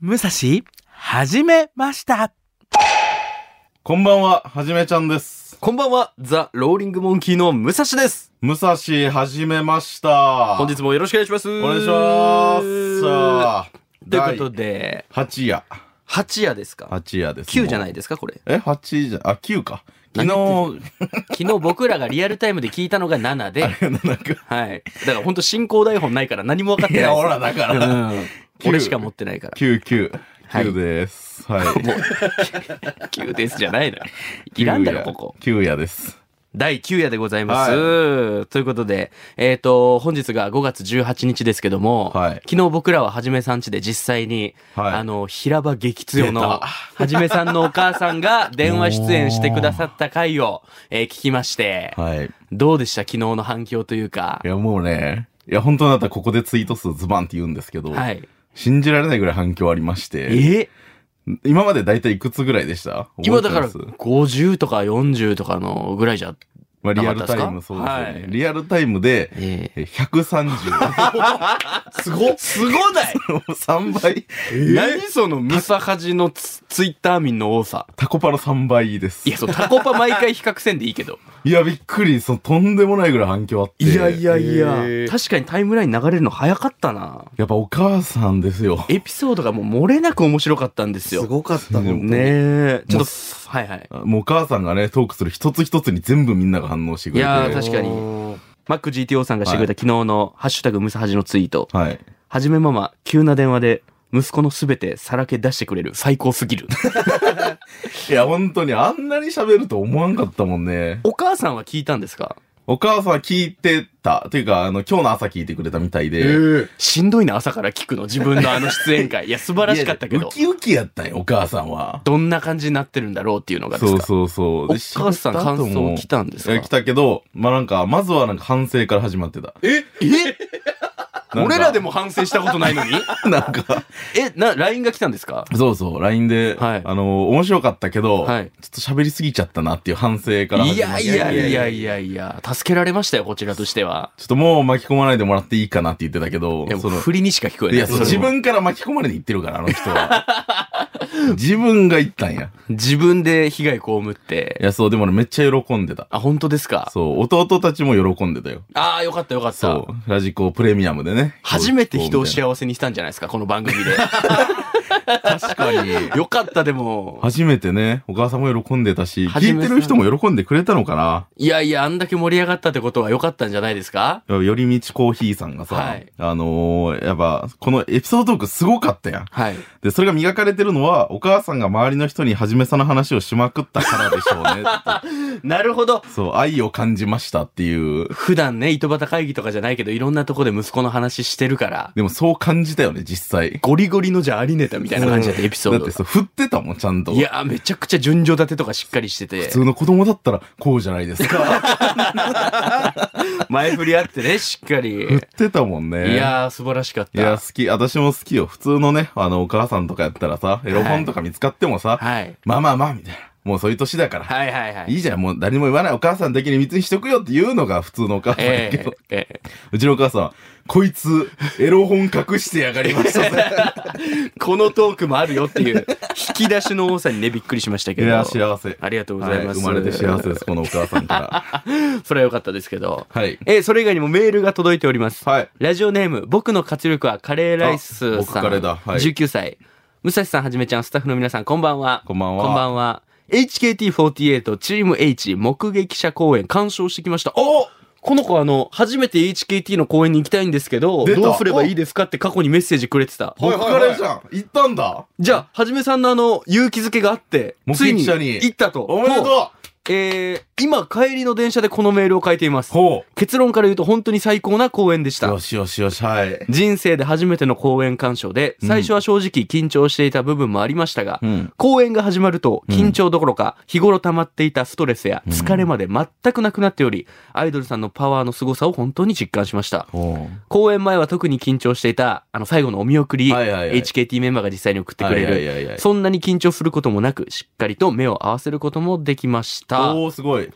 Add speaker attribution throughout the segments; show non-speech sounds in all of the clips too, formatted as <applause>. Speaker 1: 武蔵、始めました。
Speaker 2: こんばんは、はじめちゃんです。
Speaker 3: こんばんは、ザ・ローリング・モンキーの武蔵です。
Speaker 2: 武蔵、はじめました。
Speaker 3: 本日もよろしくお願いします。お
Speaker 2: お願いします。さあ、
Speaker 3: ということで、
Speaker 2: 第8夜。
Speaker 3: 8夜ですか
Speaker 2: 8夜です。。
Speaker 3: ?9 じゃないいですかこれ。
Speaker 2: え、8じゃ、あ、9か。昨日、
Speaker 3: 昨日僕らがリアルタイムで聞いたのが7で、
Speaker 2: <laughs> なんか、
Speaker 3: <laughs> はい。だから本当進行台本ないから何も分かっ
Speaker 2: い
Speaker 3: て
Speaker 2: や、
Speaker 3: な
Speaker 2: ほ
Speaker 3: い
Speaker 2: ら、だか
Speaker 3: です。う
Speaker 2: ら、
Speaker 3: ん。
Speaker 2: 九
Speaker 3: 俺しか持ってないから。
Speaker 2: 9、9。
Speaker 3: はい
Speaker 2: 9です。はい。
Speaker 3: もう、9です <laughs> じゃないのよ。 <laughs> いらんだろ、ここ。
Speaker 2: 9夜です。
Speaker 3: 第9夜でございます。ということで、えっ、と、本日が5月18日ですけども、
Speaker 2: はい
Speaker 3: 昨日僕らははじめさん家で実際に、
Speaker 2: はい
Speaker 3: あの、平場激強
Speaker 2: 出
Speaker 3: の、
Speaker 2: た
Speaker 3: はじめさんのお母さんが電話出演してくださった回を、えー聞きまして、
Speaker 2: はい。い
Speaker 3: どうでした昨日の反響というか、
Speaker 2: や、もうね、いや、本当だったらここでツイート数ズバンって言うんですけど、
Speaker 3: はい。
Speaker 2: 信じられないぐらい反響ありまし
Speaker 3: え
Speaker 2: て、今までだいたいいくつぐらいでした覚え
Speaker 3: 今
Speaker 2: て
Speaker 3: だから
Speaker 2: ます
Speaker 3: 50とか40とかのぐらいじゃ、
Speaker 2: まあ、リ
Speaker 3: なか
Speaker 2: アル
Speaker 3: った
Speaker 2: タ
Speaker 3: ですか
Speaker 2: イムそうですよね。
Speaker 3: はい
Speaker 2: リアルタイムで、
Speaker 3: え
Speaker 2: えー130。
Speaker 3: すごすご
Speaker 2: <laughs>
Speaker 3: ない
Speaker 2: 3倍。
Speaker 3: 何そのムサハジのツツイッター民の多さ。
Speaker 2: タコパの3倍です。
Speaker 3: いや、そう、タコパ毎回比較せんでいいけど。
Speaker 2: いや、びっくり。そのとんでもないぐらい反響あって。
Speaker 3: やい
Speaker 2: や
Speaker 3: 確かにタイムライン流れるの早かったな。
Speaker 2: やっぱお母さんですよ。
Speaker 3: エピソードがもう漏れなく面白かったんですよ。
Speaker 4: すご
Speaker 2: <laughs>
Speaker 4: かったの。
Speaker 3: ねえ。ちょっ
Speaker 2: もう
Speaker 3: と、はいはい。
Speaker 2: もうお母さんがね、トークする一つ一つに全部みんなが反応してく
Speaker 3: い
Speaker 2: れて。
Speaker 3: やー、確かに。MacGTO さんがしてくれた昨日のハッシュタグムサハジのツイート。
Speaker 2: はい。
Speaker 3: はじめママ、急な電話で息子のすべてさらけ出してくれる。最高すぎ
Speaker 2: <laughs>
Speaker 3: る。
Speaker 2: いや、本当にあんなに喋ると思わんかったもんね。
Speaker 3: お母さんは聞いたんですか
Speaker 2: お母さん聞いてた。というか、あの、今日の朝聞いてくれたみたいで。
Speaker 3: しんどいな、朝から聞くの。自分のあの出演
Speaker 2: <laughs>
Speaker 3: 会。いや、素晴らしかったけ
Speaker 2: いや
Speaker 3: ど
Speaker 2: ウ。キウキやったんよ、お母さんは。
Speaker 3: どんな感じになってるんだろうっていうのがです
Speaker 2: そう
Speaker 3: か。
Speaker 2: そうそう。で
Speaker 3: お母さん感想来たんです
Speaker 2: いや
Speaker 3: か
Speaker 2: 来たけど、まあなんか、まずはなんか反省から始まってた。
Speaker 3: ええ
Speaker 2: なんか
Speaker 3: 俺らでも反省したこと <laughs> ないのに
Speaker 2: なんか、
Speaker 3: <laughs> え、な、LINE が来たんですか
Speaker 2: そうそう、LINE で、
Speaker 3: はい
Speaker 2: あの、面白かったけど、
Speaker 3: はい
Speaker 2: ちょっと喋りすぎちゃったなっていう反省から
Speaker 3: い
Speaker 2: 始まっ
Speaker 3: や
Speaker 2: て。
Speaker 3: いやいやいやいや、助けられましたよ、こちらとしては。
Speaker 2: ちょっともう巻き込まないでもらっていいかなって言ってたけど
Speaker 3: いや、、
Speaker 2: その、
Speaker 3: 振りにしか聞こえないい。
Speaker 2: や、そう
Speaker 3: それ
Speaker 2: 自
Speaker 3: も
Speaker 2: 分から巻き込まれて言ってるから、あの人は。 <laughs> 自分が言ったんや。
Speaker 3: 自分で被害被っ
Speaker 2: い
Speaker 3: て。
Speaker 2: や、そう、でもね、めっちゃ喜んでた。
Speaker 3: あ、本当ですか
Speaker 2: そう、弟たちも喜んでたよ。
Speaker 3: ああ、よかったよかっ
Speaker 2: そ
Speaker 3: た。
Speaker 2: う、ラジコプレミアムでね。
Speaker 3: 初めて人を
Speaker 2: 合
Speaker 3: 幸せにしたんじゃないですか、この番 <laughs> 組で。
Speaker 2: 確かに。
Speaker 3: よかった、でも。
Speaker 2: 初めてね、お母さんも喜んでたし、
Speaker 3: はじ
Speaker 2: 聞
Speaker 3: め
Speaker 2: い
Speaker 3: さん
Speaker 2: てる人も喜んでくれたのかない
Speaker 3: やいや、あんだけ盛り上がったってことはよかったんじゃないですか
Speaker 2: よりみちコーヒーさんがさ、
Speaker 3: はい
Speaker 2: あのーやっぱ、このエピソードトークすごかったやん。
Speaker 3: はい。
Speaker 2: で、それが磨かれてるのは、お母さんが周りの人にはじめさの話をしまくったからでしょうねって。
Speaker 3: <laughs> なるほど。 <laughs>
Speaker 2: そう、愛を感じましたっていう。
Speaker 3: 普段ね、糸端会議とかじゃないけど、いろんなとこで息子の話してるから、
Speaker 2: でもそう感じたよね、実際。
Speaker 3: ゴリゴリのじゃありネタみたいな感じだった、エピソ
Speaker 2: だ
Speaker 3: ー
Speaker 2: っ
Speaker 3: ド
Speaker 2: て。そう、振ってたもん、ちゃんと。
Speaker 3: いやー、めちゃくちゃ順序立てとかしっかりしてて
Speaker 2: 普、通の子供だったら、こうじゃないですか。
Speaker 3: 前振りあってね、しっかり。
Speaker 2: 振ってたもん <laughs> ね。
Speaker 3: いやー、素晴らしかっ
Speaker 2: いや、
Speaker 3: た。
Speaker 2: 好き。私も好きよ。普通のね、あの、お母さんとかやったらさ、エロ本とか見つかってもさ、
Speaker 3: はい。
Speaker 2: まあまあまあ、みたいな。もうそういう年だから。、
Speaker 3: はいはいはい
Speaker 2: い
Speaker 3: い。
Speaker 2: じゃん、もう何も言わないお母さん的に密にしとくよっていうのが普通のお母さんやけ
Speaker 3: え
Speaker 2: ど、
Speaker 3: ええ
Speaker 2: うちのお母さんは、こいつ、エロ本隠してやがりましたぜ。
Speaker 3: えこのトークもあるよっていう、引き出しの多さにね、びっくりしました
Speaker 2: い
Speaker 3: けど。
Speaker 2: や、幸せ。
Speaker 3: ありがとうございます
Speaker 2: は生まれて幸せです、このお母さんから。
Speaker 3: それは良かったですけど。
Speaker 2: はい。
Speaker 3: えーそれ以外にもメールが届いております。
Speaker 2: はい。
Speaker 3: ラジオネーム、僕の活力はカレーライスさん。
Speaker 2: あ僕カレーだはい
Speaker 3: 19歳。武蔵さんはじめちゃん、スタッフの皆さん、こんばんは。
Speaker 2: こんばんは
Speaker 3: こんばんは。HKT48 チーム H 目撃者公演鑑賞してきました。おこの子あの、初めて HKT の公演に行きたいんですけど、
Speaker 2: 出た
Speaker 3: どうすればいいですかって過去にメッセージくれてた。
Speaker 2: 僕からじゃん。行ったんだ。
Speaker 3: じゃあ、はじめさんのあの、勇気づけがあって、
Speaker 2: 目
Speaker 3: つい
Speaker 2: 撃
Speaker 3: に
Speaker 2: 者に
Speaker 3: 行ったと。
Speaker 2: おめでとう
Speaker 3: もうえー今帰りの電車でこのメールを書いています。
Speaker 2: ほ
Speaker 3: 結論から言うと本当に最高な公演でし
Speaker 2: う。
Speaker 3: た
Speaker 2: よ。しよしよし、はい。
Speaker 3: 人生で初めての公演鑑賞で、最初は正直緊張していた部分もありましたが、
Speaker 2: うん。
Speaker 3: 公演が始まると緊張どころか、日頃溜まっていたストレスや疲れまで全くなくなっており、アイドルさんのパワーの凄さを本当に実感しました。
Speaker 2: ほ
Speaker 3: 公演前は特に緊張していた、あの最後のお見送り、
Speaker 2: はいはいはい
Speaker 3: HKT メンバーが実際に送ってくれ
Speaker 2: はいはいはいは
Speaker 3: る、
Speaker 2: い
Speaker 3: そんなに緊張することもなく、しっかりと目を合わせることもできました。
Speaker 2: おー、すごい。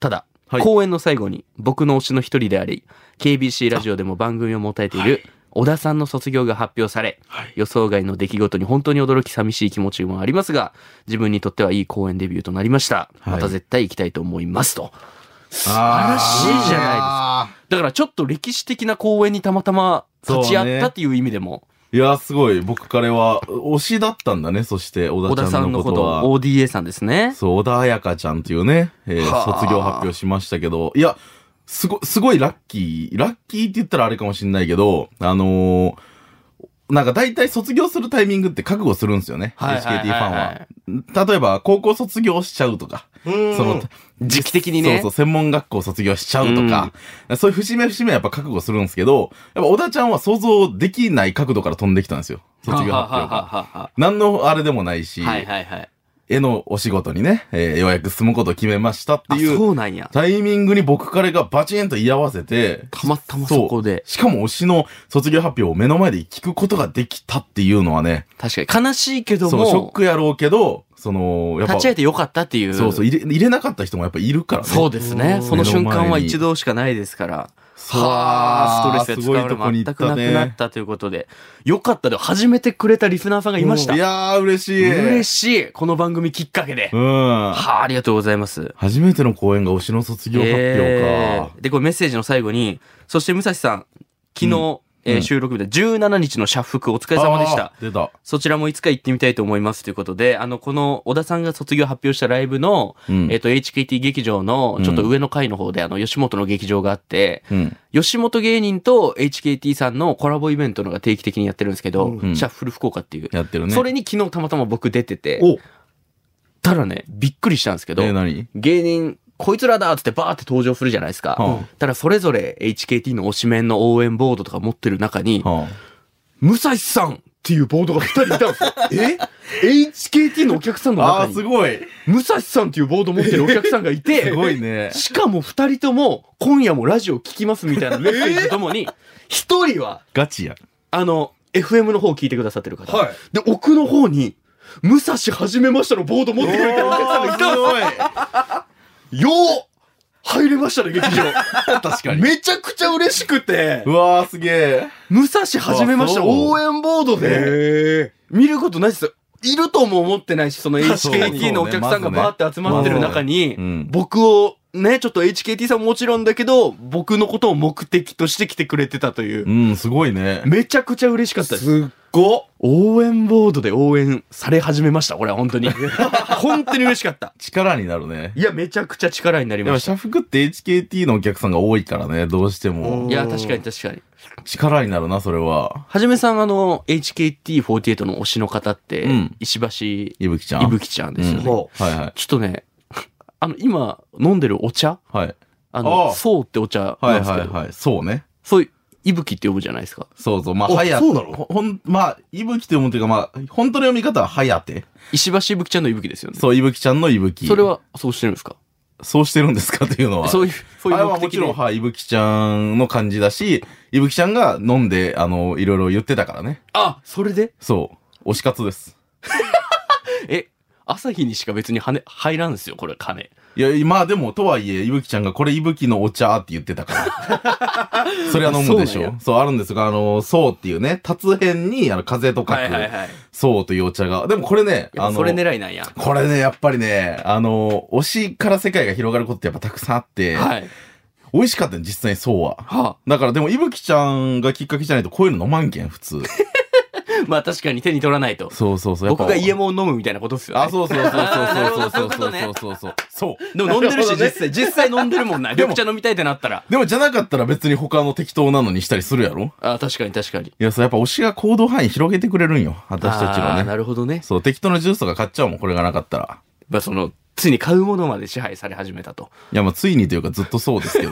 Speaker 3: ただ、
Speaker 2: はい
Speaker 3: 公演の最後に僕の推しの一人であり KBC ラジオでも番組を持たれている、小田さんの卒業が発表され、予想外の出来事に本当に驚き寂しい気持ちもありますが、自分にとってはいい公演デビューとなりました。
Speaker 2: はい
Speaker 3: また絶対行きたいと思いますと。
Speaker 2: 素
Speaker 3: 晴らしいじゃないです
Speaker 2: か。
Speaker 3: だからちょっと歴史的な公演にたまたま立ち会ったっていう意味でも、
Speaker 2: いや、すごい。僕彼は、推しだったんだね。そして、小
Speaker 3: 小
Speaker 2: 田
Speaker 3: 田
Speaker 2: ちゃ
Speaker 3: さ
Speaker 2: ん
Speaker 3: んの
Speaker 2: のこ
Speaker 3: ことと
Speaker 2: は。
Speaker 3: を ODA さんですね。
Speaker 2: そう、小田彩香ちゃんっていうね、えー
Speaker 3: はあ
Speaker 2: 卒業発表しましたけど、いや、すご、すごいラッキー、ラッキーって言ったらあれかもしんないけど、あのーなんか大体卒業するタイミングって覚悟するんですよね。
Speaker 3: はいはい
Speaker 2: HKT
Speaker 3: はいは
Speaker 2: フ
Speaker 3: い
Speaker 2: ァンは。例えば、高校卒業しちゃうとか、
Speaker 3: そ
Speaker 2: その、
Speaker 3: 時期的にね。
Speaker 2: そうそう、専門学校卒業しちゃうとか、そういう節目節目はやっぱ覚悟するんですけど、やっぱ小田ちゃんは想像できない角度から飛んできたんですよ。卒業発
Speaker 3: はは
Speaker 2: 表
Speaker 3: は
Speaker 2: が。
Speaker 3: はは
Speaker 2: 何のあれでもないし、
Speaker 3: はいはいはい。
Speaker 2: 絵のお仕事にね、えーようやく住むことを決めましたって
Speaker 3: あ、
Speaker 2: いう
Speaker 3: そうなんや。
Speaker 2: タイミングに僕彼がバチンと居合わせて、
Speaker 3: たまたまそこで。
Speaker 2: しかも推しの卒業発表を目の前で聞くことができたっていうのはね、
Speaker 3: 確かに。悲しいけど
Speaker 2: そう、ショッ
Speaker 3: も、
Speaker 2: クやろうけど、その、やっぱ、
Speaker 3: 立ち会えてよかったっていう。
Speaker 2: そうそう入れ、入れなかった人もやっぱいるからね。
Speaker 3: そうですね。その瞬間は一度しかないですから。
Speaker 2: そう
Speaker 3: はあ、ストレス
Speaker 2: す
Speaker 3: が
Speaker 2: ご
Speaker 3: 使
Speaker 2: いうとこ
Speaker 3: の
Speaker 2: に
Speaker 3: 全
Speaker 2: 行っ
Speaker 3: くな
Speaker 2: た
Speaker 3: くなっ
Speaker 2: ね。
Speaker 3: たということで。よかったで、始めてくれたリスナーさんがいました。
Speaker 2: いやー、嬉しい。
Speaker 3: 嬉
Speaker 2: しい。
Speaker 3: しい。この番組きっかけで。
Speaker 2: うん。
Speaker 3: はあ、ありがとうございます。
Speaker 2: 初めての公演が推しの卒業発表か。
Speaker 3: えーで、これメッセージの最後に、そして武蔵さん、昨日、えー
Speaker 2: うん
Speaker 3: 収録日で17日の社服お疲れ様でした
Speaker 2: あ。ー。出た。
Speaker 3: そちらもいつか行ってみたいと思いますということで、あの、この小田さんが卒業発表したライブの、
Speaker 2: うん
Speaker 3: えっ、と、HKT 劇場のちょっと上の階の方で、あの、吉本の劇場があって、
Speaker 2: うん。
Speaker 3: 吉本芸人と HKT さんのコラボイベントのが定期的にやってるんですけど、
Speaker 2: ん
Speaker 3: シャッフル福岡っていう。
Speaker 2: やってるね。
Speaker 3: それに昨日たまたま僕出てて、
Speaker 2: お
Speaker 3: たらね、びっくりしたんですけど、
Speaker 2: えー、何
Speaker 3: 芸人、こいつらだっつってバーって登場するじゃないですか。
Speaker 2: は
Speaker 3: ただそれぞれ HKT の推しメンの応援ボードとか持ってる中に、
Speaker 2: はあ
Speaker 3: 武蔵さんっていうボードが2人いたんで
Speaker 2: <laughs>
Speaker 3: すよ。え ?HKT のお客さんの
Speaker 2: あ
Speaker 3: 中
Speaker 2: あー、す
Speaker 3: に、
Speaker 2: ごい。
Speaker 3: 武蔵さんっていうボード持ってるお客さんがいて、
Speaker 2: <laughs> すごい
Speaker 3: <laughs>
Speaker 2: ね。
Speaker 3: しかも2人とも、今夜もラジオ聞きますみ <laughs> たいなメッセージとともに、1人は、
Speaker 2: ガチや。
Speaker 3: あの、FM の方を聞いてくださってる方。
Speaker 4: はい
Speaker 3: で、奥の方に、武蔵始めましたのボード持ってくれてるお客さんがいたんですよ。よう入れましたね、劇場。 <laughs>
Speaker 2: 確かに。
Speaker 3: めちゃくちゃ嬉しくて
Speaker 2: う、わー、すげえ。
Speaker 3: 武蔵始めました
Speaker 2: あそう
Speaker 3: 応援ボードで、
Speaker 4: え
Speaker 3: 見ることないですよ。いるとも思ってないし、その
Speaker 2: そうそう
Speaker 3: HKT のお客さんがバ
Speaker 2: ねまずね
Speaker 3: ーって集まってる中に
Speaker 2: まずねうん、
Speaker 3: 僕を、ね、ちょっと HKT さんももちろんだけど、僕のことを目的として来てくれてたという
Speaker 2: う、ん、すごいね。
Speaker 3: めちゃくちゃ嬉しかった
Speaker 4: ー、
Speaker 3: です。
Speaker 4: すっご
Speaker 3: 応援ボードで応援され始めました、これは本当に。本当に嬉しかった。
Speaker 2: 力になるね。
Speaker 3: いや、めちゃくちゃ力になり
Speaker 2: やっ
Speaker 3: ま
Speaker 2: ぱ、
Speaker 3: した。
Speaker 2: 社服って HKT のお客さんが多いからね、どうして
Speaker 4: うん
Speaker 2: も。
Speaker 3: いや、確かに確かに。
Speaker 2: 力になるな、それは。
Speaker 3: はじめさん、あの、HKT48 の推しの方って
Speaker 2: うん、
Speaker 3: 石橋
Speaker 2: いぶきちゃん。
Speaker 3: いぶきちゃんですよね。
Speaker 2: うん
Speaker 4: ほ
Speaker 2: はいはい。
Speaker 3: ちょっとね、あの、今飲んでるお茶
Speaker 2: はい。
Speaker 3: あの、
Speaker 2: ああ
Speaker 3: そうってお茶
Speaker 2: は
Speaker 3: なん
Speaker 2: い
Speaker 3: ですけ
Speaker 2: は
Speaker 3: ど、
Speaker 2: いはい。そうね。
Speaker 3: そういう、いぶきって呼ぶじゃないですか。
Speaker 2: そうそう。まあ、
Speaker 4: あ
Speaker 2: はや、
Speaker 4: そうなの
Speaker 2: ほほん、まあ、いぶきというもんというか、まあ、本当の読み方ははやて。
Speaker 3: 石橋いぶきちゃんのいぶきですよね。
Speaker 2: そう、いぶきちゃんのいぶき。
Speaker 3: それ、は、そうしてるんですか
Speaker 2: そうしてるんですかっていうのは。
Speaker 3: そういう、そういう
Speaker 2: あれは
Speaker 3: 目
Speaker 2: も
Speaker 3: 的
Speaker 2: ち
Speaker 3: で。
Speaker 2: ろん、はい、いぶきちゃんの感じだし、いぶきちゃんが飲んで、あの、いろいろ言ってたからね。
Speaker 3: あ、それで
Speaker 2: そう。推し活です。
Speaker 3: え、朝日にしか別に羽入らんですよ、これ、金。
Speaker 2: いや、まあでも、とはいえ、いぶきちゃんがこれいぶきのお茶って言って
Speaker 3: <laughs>
Speaker 2: たから。それは飲むでし
Speaker 3: そうな
Speaker 2: ょ。そう、あるんですが、あの、そうっていうね、達編に、あの、風と書く、
Speaker 3: はい。
Speaker 2: そうというお茶が。でもこれね、
Speaker 3: やっ
Speaker 2: あ
Speaker 3: ぱ
Speaker 2: の、
Speaker 3: それ狙いなんや。
Speaker 2: これね、やっぱりね、あの、推しから世界が広がることってやっぱたくさんあって、
Speaker 3: はい。
Speaker 2: 美味しかったね、実際にそうは。
Speaker 3: は
Speaker 2: だからでも、いぶきちゃんがきっかけじゃないとこういうの飲まんけん、普通。
Speaker 3: あ、まあ確かに手に取らないと。
Speaker 2: そうそうそう。やっぱ
Speaker 3: 僕が家も飲むみたいなことっすよね。
Speaker 2: あ、そうそうそうそうそうそう
Speaker 3: <laughs> なるほど
Speaker 2: そうそうそうそう。そう。
Speaker 3: でも飲んでるし、
Speaker 4: なるほどね
Speaker 3: 実際、実際飲んでるもんな。
Speaker 2: で
Speaker 3: 緑
Speaker 2: も
Speaker 3: 茶飲みたいってなったら。
Speaker 2: でもじゃなかったら別に他の適当なのにしたりするやろ
Speaker 3: あ、確かに確かに。
Speaker 2: いや、そう、やっぱ推しが行動範囲広げてくれるんよ。私たち
Speaker 3: あー
Speaker 2: の
Speaker 3: な
Speaker 2: ね。
Speaker 3: るほどね。
Speaker 2: そう、適当なジュースとか買っちゃうもん、これがなかったら。
Speaker 3: まあその、ついに買うものまで支配され始めたと。
Speaker 2: いや、まあ、ついにというかずっとそう
Speaker 3: <laughs>
Speaker 2: ですけど。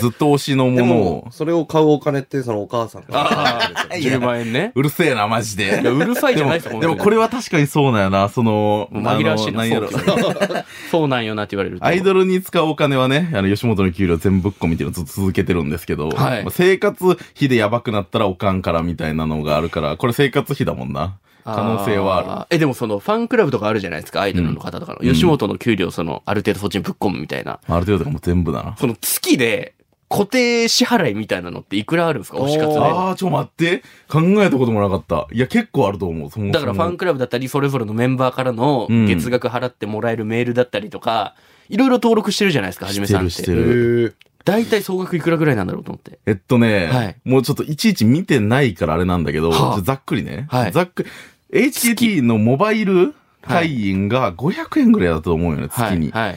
Speaker 2: ずっと推しの
Speaker 4: うで
Speaker 2: ものを、。
Speaker 4: もそれを買うお金って、そのお母さんから。
Speaker 3: <laughs> 10万円ね。
Speaker 2: うるせえな、マジで。
Speaker 3: いや、うるさいじゃ
Speaker 2: で
Speaker 3: な
Speaker 2: も、
Speaker 3: いですか、
Speaker 2: でもこれは確かにそうなんやな。その、
Speaker 3: 本当に紛らわしい
Speaker 2: あの
Speaker 3: な。
Speaker 2: なん
Speaker 3: そ
Speaker 2: や
Speaker 3: う
Speaker 2: ろ
Speaker 3: って言われる <laughs> そうなんよなって言われると。
Speaker 2: アイドルに使うお金はね、あの、吉本の給料全部ぶっ込みっていうのをずっと続けてるんですけど、
Speaker 3: はい
Speaker 2: まあ生活費でやばくなったらおかんからみたいなのがあるから、これ生活費だもんな。可能性はある。
Speaker 3: る。え、でもその、ファンクラブとかあるじゃないですか、アイドルの方とかの。
Speaker 2: うん
Speaker 3: 吉本の給料、その、ある程度そっちにぶっ込むみたいな。
Speaker 2: ある程度とかもう全部だな。
Speaker 3: その、月で、固定支払いみたいなのっていくらあるんですか推し活で。
Speaker 2: ああ、ちょ、待って。考えたこともなかった。いや、結構あると思う。そもそも
Speaker 3: だからファンクラブだったり、それぞれのメンバーからの
Speaker 2: うん
Speaker 3: 月額払ってもらえるメールだったりとか、いろいろ登録してるじゃないですか、はじめさんっ。
Speaker 2: しててるしてる
Speaker 4: ー
Speaker 3: 大体総額いくらぐらいなんだろうと思って。
Speaker 2: えっとね、
Speaker 3: はい
Speaker 2: もうちょっといちいち見てないからあれなんだけど、
Speaker 3: はあ
Speaker 2: ちょざっくりね。
Speaker 3: はい
Speaker 2: ざっくり。HKT のモバイル会員が500円ぐらいだと思うよ
Speaker 3: は
Speaker 2: ね、月
Speaker 3: い。
Speaker 2: に。
Speaker 3: はい。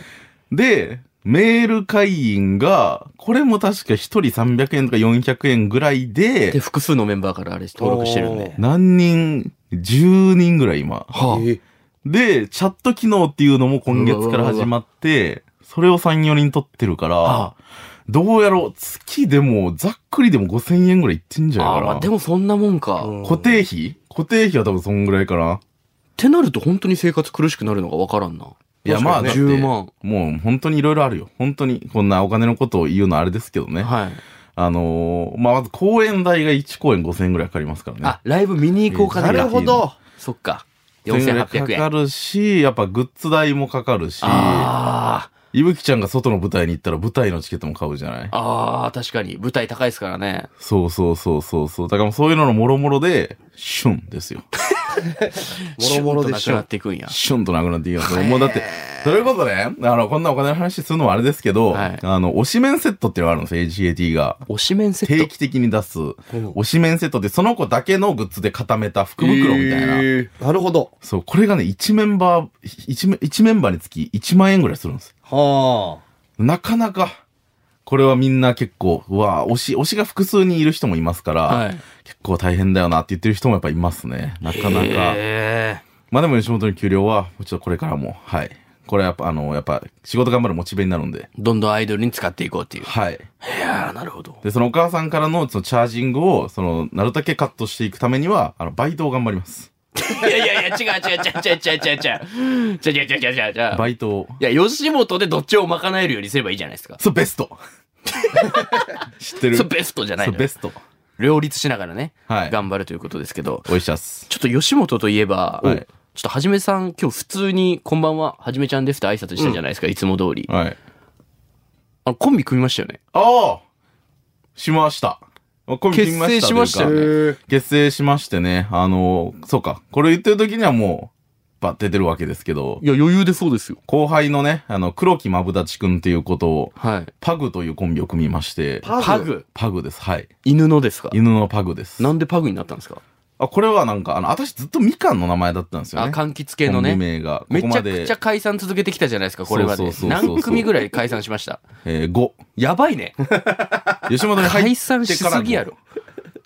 Speaker 2: で、メール会員が、これも確か1人300円とか400円ぐらいで、
Speaker 3: で、複数のメンバーからあれ登録してるんで。
Speaker 2: 何人 ?10 人ぐらい今。
Speaker 4: え
Speaker 3: は
Speaker 4: ー
Speaker 2: で、チャット機能っていうのも今月から始まって、それを3、4人取ってるから、
Speaker 3: あ。は
Speaker 2: どうやろう月でも、ざっくりでも5000円ぐらいいってんじ
Speaker 3: あ。
Speaker 2: ゃな
Speaker 3: あ
Speaker 2: い
Speaker 3: あ
Speaker 2: か
Speaker 3: まあ
Speaker 2: な。
Speaker 3: でもそんなもんか。
Speaker 4: う
Speaker 3: っ
Speaker 4: ん
Speaker 2: 固定費固定費は多分そんぐらいかな。
Speaker 3: てなると本当に生活苦しくなるのがわからんな。
Speaker 2: いや、まあ、だって
Speaker 3: 10万。
Speaker 2: もう本当にいろいろあるよ。本当に、こんなお金のことを言うのはあれですけどね。
Speaker 3: はい。
Speaker 2: あのーまあ、まず公演代が1公演5000円ぐらいかかりますからね。
Speaker 3: あ、ライブ見に行こうか
Speaker 4: な
Speaker 3: ね
Speaker 2: えー
Speaker 4: るほど。
Speaker 3: そっか。
Speaker 2: か
Speaker 3: 4800円。
Speaker 2: か
Speaker 3: あ
Speaker 2: るし、やっぱグッズ代もかかるし、
Speaker 3: あ。
Speaker 2: いぶきちゃんが外の舞台に行ったら舞台のチケットも買うじゃない
Speaker 3: ああ、確かに。舞台高いですからね。
Speaker 2: そうそうそうそうそう。だからもうそういうののもろもろで、シュンですよ。
Speaker 4: もろもろで
Speaker 3: シ
Speaker 4: し
Speaker 3: ュンとなくな
Speaker 4: ょ
Speaker 3: っていくんや。
Speaker 2: シュンとなくなっていきますね。もうだって、それこそね、あの、こんなお金の話するのもあれですけど、
Speaker 3: はい
Speaker 2: あの、推しメンセットっていうのがあるんですよ、HKT が。
Speaker 3: 推しメンセ
Speaker 2: 定
Speaker 3: ット。
Speaker 2: 期的に出す、
Speaker 4: ん
Speaker 2: 推しメンセットってその子だけのグッズで固めた福袋みたいな。
Speaker 4: なるほど。
Speaker 2: そう、これがね、1メンバー、1メ一メンバーにつき1万円ぐらいするんです。
Speaker 4: は
Speaker 2: なかなか、これはみんな結構、うわ推し、推しが複数にいる人もいますから、
Speaker 3: はい。
Speaker 2: 結構大変だよなって言ってる人もやっぱいますね。なかなか。
Speaker 3: へ
Speaker 2: まあでも吉本の給料は、もうちょっとこれからも、はい。これはやっぱ、あの、やっぱ、仕事頑張るモチベになるんで、
Speaker 3: ーどんどんアイドルに使っていこうっていう。
Speaker 2: はい。
Speaker 3: いやー、なるほど。
Speaker 2: で、そのお母さんからの、そのチャージングを、その、なるだけカットしていくためには、あの、バイトを頑張ります。
Speaker 3: いやいやいや、違う違う違う違う違う違う違う。違う違う違う違う違う。
Speaker 2: バイトを。
Speaker 3: いや、吉本でどっちを賄えるようにすればいいじゃないですか。
Speaker 2: そう、ベ
Speaker 3: <laughs>
Speaker 2: スト知ってる
Speaker 3: それベストじゃない
Speaker 2: そう、
Speaker 3: の
Speaker 2: ベスト。
Speaker 3: 両立しながらね、
Speaker 2: はい。
Speaker 3: 頑張るということですけど。
Speaker 2: おいしゃっす。
Speaker 3: ちょっと吉本といえば、
Speaker 2: はい
Speaker 3: ちょっとはじめさん今日普通にこんばんは、はじめちゃんですって挨拶したじゃないですか、いつも通り。
Speaker 2: はい。
Speaker 3: あのコンビ組みましたよね。
Speaker 2: ああしました。コンビ組み
Speaker 3: 結成しました
Speaker 2: と
Speaker 3: よ
Speaker 2: いう
Speaker 3: ね
Speaker 2: か
Speaker 4: ー
Speaker 2: 結成しましてね、あの、そうか、これ言ってる時にはもう、ば、出てるわけですけど、
Speaker 3: いや、余裕でそうですよ。
Speaker 2: 後輩のね、あの、黒木まぶだちくんっていうことを、
Speaker 3: はい。
Speaker 2: パグというコンビを組みまして、
Speaker 4: パグ
Speaker 3: パグ。
Speaker 2: パグです。はい。
Speaker 3: 犬のですか
Speaker 2: 犬のパグです。
Speaker 3: なんでパグになったんですか、
Speaker 2: あ、これはなんか、あの、私ずっとみかんの名前だったんですよ
Speaker 3: あ、
Speaker 2: ね。
Speaker 3: 柑橘系の
Speaker 2: コンビ
Speaker 3: ね。
Speaker 2: 名が。こ
Speaker 3: め
Speaker 2: こ
Speaker 3: ち
Speaker 2: ま
Speaker 3: ゃく
Speaker 2: で
Speaker 3: ちゃ、解散続けてきたじゃないですか、これま
Speaker 2: そ
Speaker 3: で
Speaker 2: う。そうそうそうそう
Speaker 3: 何組ぐらい解散しました
Speaker 2: えー、5。
Speaker 3: やばいね。
Speaker 2: 吉本に
Speaker 3: 解
Speaker 2: 入ってか
Speaker 3: 散
Speaker 2: ら
Speaker 3: しすぎやろ。 <laughs>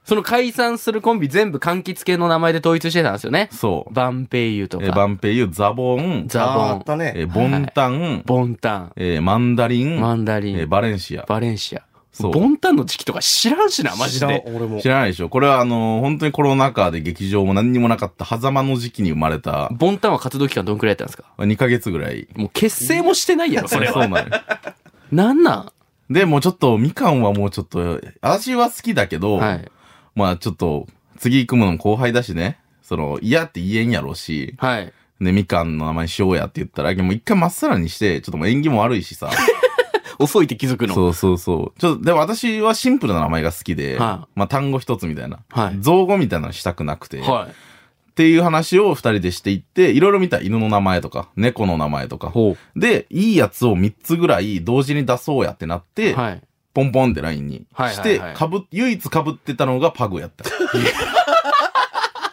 Speaker 3: その解散するコンビ全部柑橘系の名前で統一してたんですよね
Speaker 2: 5。。そう。
Speaker 3: バンペイユと
Speaker 2: えー、バ
Speaker 3: か、
Speaker 2: ンペイユ、ザボン、
Speaker 3: ザ
Speaker 4: あーあっ
Speaker 3: ボ
Speaker 4: た
Speaker 3: ン、
Speaker 2: え
Speaker 4: ね。
Speaker 2: ー、ボンタン、
Speaker 3: ボンタン、
Speaker 2: えー、マンダリン、
Speaker 3: マンダリ
Speaker 2: えー、
Speaker 3: ン、
Speaker 2: バレンシア。
Speaker 3: バレンシア。
Speaker 2: そう
Speaker 3: ボンタンの時期とか知らんしな、マジ
Speaker 4: 知らん
Speaker 3: で。
Speaker 4: 俺も
Speaker 2: 知。らないでしょこれはあのー本当にコロナ禍で劇場も何にもなかった狭間の時期に生まれた
Speaker 3: ボンタンは活動期間どんくらいやったんですか
Speaker 2: 2ヶ月ぐらい。
Speaker 3: もう結成もしてないやろ、それ
Speaker 2: そ
Speaker 3: は。
Speaker 2: うなのよ
Speaker 3: なんなん
Speaker 2: で、もうちょっと、みかんはもうちょっと、味は好きだけど、
Speaker 3: はい。
Speaker 2: まあちょっと、次組むのも後輩だしね、その、嫌って言えんやろうし、
Speaker 3: はい。
Speaker 2: ね、みかんの名前しようやって言ったら、もう一回まっさらにして、ちょっともう縁起も悪い
Speaker 3: <laughs>
Speaker 2: しさ。
Speaker 3: 遅いって気づくの。
Speaker 2: そうそうそう。ちょっと、でも私はシンプルな名前が好きで、
Speaker 3: は
Speaker 2: まあ単語一つみたいな。
Speaker 3: はい
Speaker 2: 造語みたいなのしたくなくて、
Speaker 3: はい。
Speaker 2: っていう話を二人でしていって、いろいろ見た犬の名前とか、猫の名前とか。
Speaker 3: ほ
Speaker 2: で、いいやつを三つぐらい同時に出そうやってなって、
Speaker 3: はい。
Speaker 2: ポンポンってラインに
Speaker 3: はい
Speaker 2: して、
Speaker 3: はいはい
Speaker 2: かぶ、唯一被ってたのがパグや
Speaker 3: <laughs>
Speaker 2: った。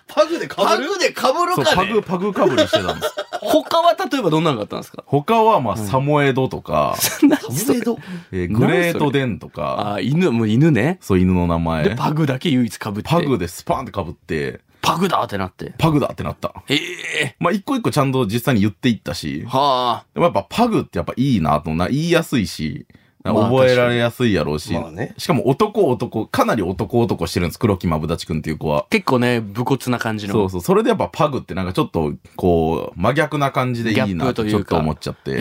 Speaker 4: パグで被
Speaker 3: パグで被
Speaker 2: そ
Speaker 3: る
Speaker 2: う、
Speaker 3: か
Speaker 2: パ
Speaker 3: ね
Speaker 2: グ、パグかぶりしてた
Speaker 3: <laughs>
Speaker 2: んです。
Speaker 3: 他は例えばどんなのがあったんですか
Speaker 2: 他は、まあ、サモエドと
Speaker 3: <laughs>
Speaker 2: か、
Speaker 3: 何そ
Speaker 4: サム
Speaker 3: れ
Speaker 4: ネド。
Speaker 2: えーグレートデンとか、
Speaker 3: あー、犬、もう犬ね。
Speaker 2: そう、犬の名
Speaker 3: で、
Speaker 2: 前。
Speaker 3: パグだけ唯一被って。
Speaker 2: パグ。でスパーンって被って、
Speaker 3: パグだってなって。
Speaker 2: パグだってなった。
Speaker 3: ええ
Speaker 2: まあ、一個一個ちゃんと実際に言っていったし、
Speaker 3: は
Speaker 2: でもやっぱパグってやっぱいいなとな、言いやすいし、
Speaker 3: まあ
Speaker 2: 覚えられやすいやろうし、
Speaker 4: まあね
Speaker 2: しかも男男、かなり男男してるんです、黒木まぶだちくんっていう子は
Speaker 3: あ。。結構ね、武骨な感じの。
Speaker 2: そうそう、それでやっぱパグってなんかちょっと、こう、真逆な感じでいい
Speaker 3: ギャッ
Speaker 2: な
Speaker 3: プと
Speaker 2: と
Speaker 3: いう
Speaker 2: ち
Speaker 3: か
Speaker 2: ょっと思っちゃって、
Speaker 3: え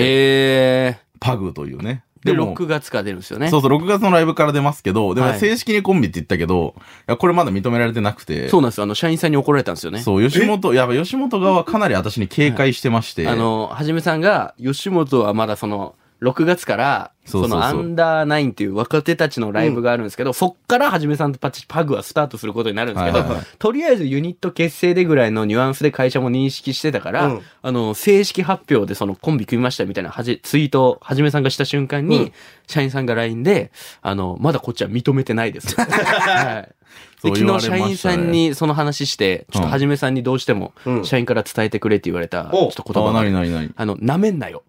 Speaker 3: え
Speaker 2: パグというね。
Speaker 3: で、
Speaker 2: も
Speaker 3: 6月から出るんですよね。
Speaker 2: そうそう、6月のライブから出ますけど、で
Speaker 3: は
Speaker 2: も
Speaker 3: い
Speaker 2: 正式にコンビって言ったけど、いやこれまだ認められてなくて、
Speaker 3: そうなんですよ。あの、社員さんに怒られたんですよね。
Speaker 2: そう吉本、やっぱ吉本側はかなり私に警戒してまして、
Speaker 3: あの、はじめさんが、吉本はまだその、 6月から、
Speaker 2: そうそ
Speaker 3: そう
Speaker 2: そう
Speaker 3: のアンダーナインっていう若手たちのライブがあるんですけど、そっからはじめさんとパチパグはスタートすることになるんですけど、
Speaker 2: はいはいはい
Speaker 3: とりあえずユニット結成でぐらいのニュアンスで会社も認識してたから、
Speaker 4: うん
Speaker 3: あの、正式発表でそのコンビ組みましたみたいなはじツイートをはじめさんがした瞬間に、
Speaker 4: うん
Speaker 3: 社員さんが LINE で、あの、まだこっちは認めてない
Speaker 2: <laughs>
Speaker 3: です。はい。
Speaker 2: そう
Speaker 3: で
Speaker 2: 言わ
Speaker 3: 昨
Speaker 2: れ
Speaker 3: 日社員さんにその話して、ちょっとはじめさんにどうしても
Speaker 4: うん
Speaker 3: 社員から伝えてくれって言われた、ちょ
Speaker 4: お
Speaker 3: っと言
Speaker 2: あ、
Speaker 3: 葉が
Speaker 2: なになになに
Speaker 3: あの、舐めんなよ。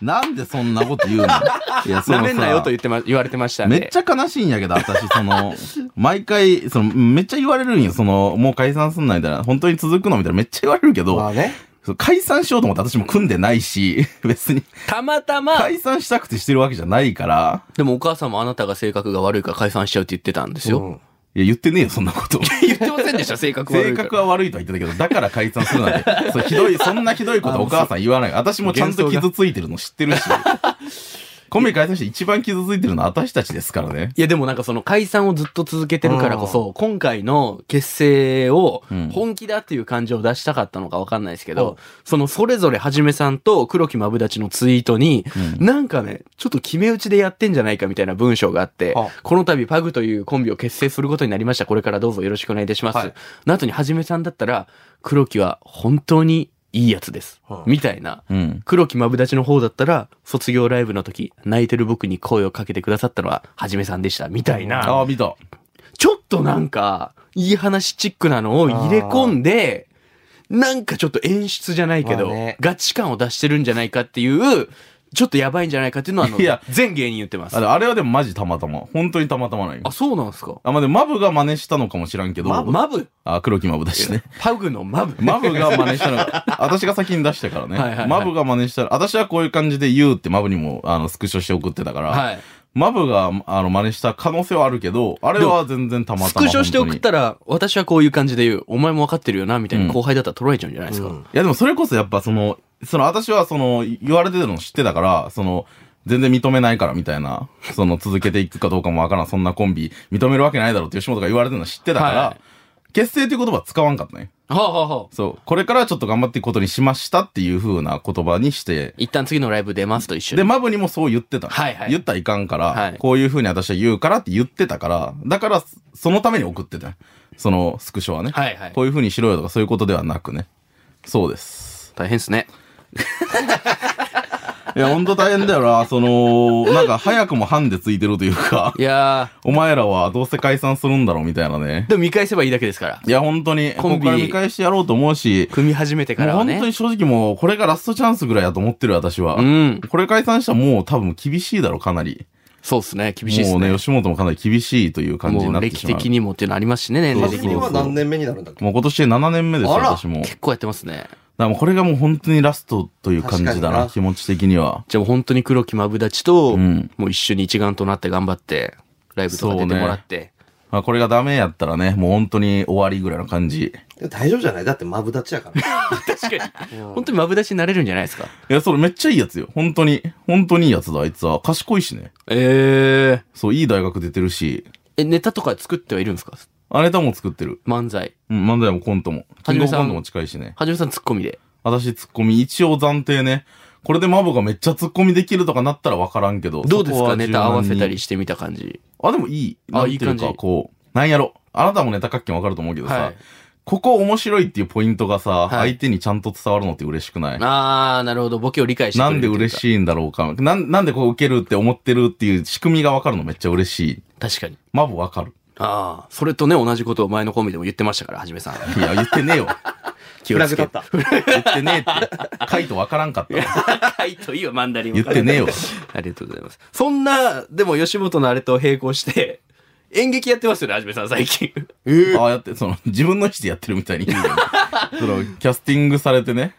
Speaker 2: なんでそんなこと言うの <laughs> いや、そ
Speaker 3: 舐
Speaker 2: のさ
Speaker 3: めんなよと言ってま、言われてましたん
Speaker 2: め
Speaker 3: で。
Speaker 2: っちゃ悲しいんやけど、私、そ <laughs> の、毎回、その、めっちゃ言われるんよ。その、もう解散すんなみたいな、本当に続くのみたいな、めっちゃ言われるけど、
Speaker 4: まあね。
Speaker 2: その解散しようと思って私も組んでないし、別に、
Speaker 3: たまたま、
Speaker 2: 解散したくてしてるわけじゃないから、
Speaker 3: でもお母さんもあなたが性格が悪いから解散しちゃうって言ってたんですよ。
Speaker 4: うん
Speaker 2: いや、言ってねえよ、そんなこと。
Speaker 3: 言ってませんでした、性格悪
Speaker 2: 性
Speaker 3: いから。
Speaker 2: 格は悪いとは言ってたけど、だから解散するな
Speaker 3: <laughs>
Speaker 2: んて、そうひどい、そんなひどいことはお母さん言わない。私もちゃんと傷ついてるの知ってる
Speaker 3: <laughs>
Speaker 2: し。コンビ解散して一番傷ついてるのは私たちですからね。
Speaker 3: いやでもなんかその解散をずっと続けてるからこそ、今回の結成を
Speaker 2: うん
Speaker 3: 本気だっていう感じを出したかったのかわかんないですけど、
Speaker 4: うん
Speaker 3: そのそれぞれはじめさんと黒木まぶだちのツイートに、
Speaker 2: う
Speaker 3: なんかね、ちょっと決め打ちでやってんじゃないかみたいな文章があって、
Speaker 4: あ
Speaker 3: この度パグというコンビを結成することになりました。これからどうぞよろしくお願いいたします。
Speaker 4: はい
Speaker 3: の後にはじめさんだったら、黒木は本当にいいやつです。
Speaker 4: はあ
Speaker 3: みたいな。
Speaker 2: うん。
Speaker 3: 黒木まぶだちの方だったら、卒業ライブの時、泣いてる僕に声をかけてくださったのは、はじめさんでした、みたいな。
Speaker 2: ああ、見た。
Speaker 3: ちょっとなんか、いい話チックなのを入れ込んで、なんかちょっと演出じゃないけど、
Speaker 4: まあね
Speaker 3: ガチ感を出してるんじゃないかっていう、ちょっとやばいんじゃないかっていうのは、あの
Speaker 2: いや、
Speaker 3: 全芸人言ってます
Speaker 2: あ。れあれはでもマジたまたま。本当にたまたまない
Speaker 3: あ、。そうなんですか
Speaker 2: あ、まあ、でもマブが真似したのかもしらんけど、
Speaker 3: マブマブ
Speaker 2: あ、黒木マブだしね。
Speaker 3: パグのマブ
Speaker 2: マブが真似したのが、私が先に出したからね。
Speaker 3: <laughs> はいはいはい
Speaker 2: マブが真似したら、私はこういう感じで言うってマブにもあのスクショして送ってたから、
Speaker 3: はい。
Speaker 2: マブがあの真似した可能性はあるけど、あれは全然たま
Speaker 3: ス
Speaker 2: たま。
Speaker 3: クショして送っ
Speaker 2: 本当に
Speaker 3: たら、私はこういう感じで言う。お前もわかってるよな、みたいな後輩だったら捉えちゃうんじゃないですか。
Speaker 4: うん
Speaker 2: いやでもそれこそやっぱその、その私はその言われてるの知ってたから、その、全然認めないからみたいな、その続けていくかどうかもわからん、そんなコンビ認めるわけないだろうって吉本が言われてるの知ってたから、
Speaker 3: はい
Speaker 2: 結成という言葉は使わんかったね。
Speaker 3: はあはあはあ。
Speaker 2: そう。これからちょっと頑張っていくことにしましたっていう風な言葉にして、
Speaker 3: 一旦次のライブ出ますと一緒
Speaker 2: で、
Speaker 3: に。
Speaker 2: マブにもそう言ってた。
Speaker 3: はいはい
Speaker 2: 言ったらいかんから、
Speaker 3: はい
Speaker 2: こういう風に私は言うからって言ってたから、だから、そのために送ってたよ。そのスクショはね。
Speaker 3: はいはい
Speaker 2: こういう風にしろよとかそういうことではなくね。そうです。
Speaker 3: 大変ですね。
Speaker 2: いや、ほんと大変だよな。そ <laughs> の、なんか早くもハンデついてるというか <laughs>
Speaker 3: い、や
Speaker 2: お前らはどうせ解散するんだろうみたいなね
Speaker 3: ー、。でも見返せばいいだけですから。
Speaker 2: いや、本当に、
Speaker 3: コンビ
Speaker 2: ここから見返してやろうと思うし、
Speaker 3: 組み始めてか
Speaker 2: もう
Speaker 3: らはね。
Speaker 2: 本当に正直もう、これがラストチャンスぐらいだと思ってる私は。
Speaker 3: うん。
Speaker 2: これ解散したらもう多分厳しいだろう、かなり。
Speaker 3: そうですね。厳しいです
Speaker 2: もう
Speaker 3: ね。
Speaker 2: ね、吉本もかなり厳しいという感じに
Speaker 3: も
Speaker 2: な
Speaker 3: う
Speaker 2: って
Speaker 3: 歴
Speaker 2: しまう。
Speaker 3: 的にもっていうのありますしね、年
Speaker 2: そう
Speaker 3: 齢
Speaker 2: そう
Speaker 3: 的
Speaker 2: そ
Speaker 3: に
Speaker 2: う
Speaker 4: 君
Speaker 3: も。
Speaker 4: は何年目になるんだっけ
Speaker 2: もう今年で7年目ですよ、
Speaker 4: あら
Speaker 2: 私も。だか
Speaker 3: 結構やってますね。
Speaker 2: らもうこれがもう本当にラストという感じ
Speaker 4: 確
Speaker 2: だ
Speaker 4: かに
Speaker 2: な、
Speaker 4: な
Speaker 2: 気持ち的には。
Speaker 3: じゃあもう本当に黒木まぶだちと、
Speaker 2: うん
Speaker 3: もう一緒に一丸となって頑張って、ライブとか出てもらって。
Speaker 2: まあ、これがダメやったらね、もう本当に終わりぐらいの感じ。
Speaker 4: でも大丈夫じゃないだってマブダチやから。
Speaker 3: 確かに。 <laughs> 本当にまぶだちになれるんじゃないですか。
Speaker 2: いや、それめっちゃいいやつよ。本当に。本当にいいやつだ、あいつは。賢いしね。
Speaker 3: え
Speaker 2: そう、いい大学出てるし。
Speaker 3: ー。え、ネタとか作ってはいるんですか
Speaker 2: あネタも作ってる。
Speaker 3: 漫才。
Speaker 2: うん、漫才もコント
Speaker 3: は
Speaker 2: も。キン
Speaker 3: じ
Speaker 2: グ
Speaker 3: め
Speaker 2: オブ
Speaker 3: さん
Speaker 2: コントも近いしね。
Speaker 3: はじめさんツッコミで。
Speaker 2: 私、ツッコミ、一応暫定ね。これでマボがめっちゃツッコミできるとかなったらわからんけど。
Speaker 3: どうです
Speaker 2: そこ
Speaker 3: か
Speaker 2: は
Speaker 3: ネタ合わせた
Speaker 2: 柔軟に
Speaker 3: りしてみた感じ。
Speaker 2: あ、でもいい。
Speaker 3: あ
Speaker 2: なんて
Speaker 3: いい感じ
Speaker 2: うかこう、なんやろ。あなたもネタ書きもわかると思うけどさ、
Speaker 3: はい
Speaker 2: ここ面白いっていうポイントがさ、
Speaker 3: はい
Speaker 2: 相手にちゃんと伝わるのって嬉しくない
Speaker 3: あー、なるほど。ボケを理解してく
Speaker 2: な
Speaker 3: れる
Speaker 2: んで
Speaker 3: というか
Speaker 2: 嬉しいんだろうか。なんなんでこう受けるって思ってるっていう仕組みがわかるのめっちゃ嬉しい。
Speaker 3: 確かに。
Speaker 2: マブわかる。
Speaker 3: ああ、それとね、同じことを前のコンビでも言ってましたから、はじめ <laughs> さん。
Speaker 2: いや、言ってねえよ。
Speaker 3: 気をつけ
Speaker 4: フラ
Speaker 2: 言ってねえって。カイトわからんかった。
Speaker 3: はい、というマンダリン
Speaker 2: 言ってねえよ。
Speaker 3: <laughs> ありがとうございます。そんな、でも吉本のあれと並行して、演劇やってますよね、はじめさん、最近。
Speaker 2: ああやって、その、自分の意思でやってるみたいに言う
Speaker 3: <laughs>
Speaker 2: よねその、キャスティングされてね。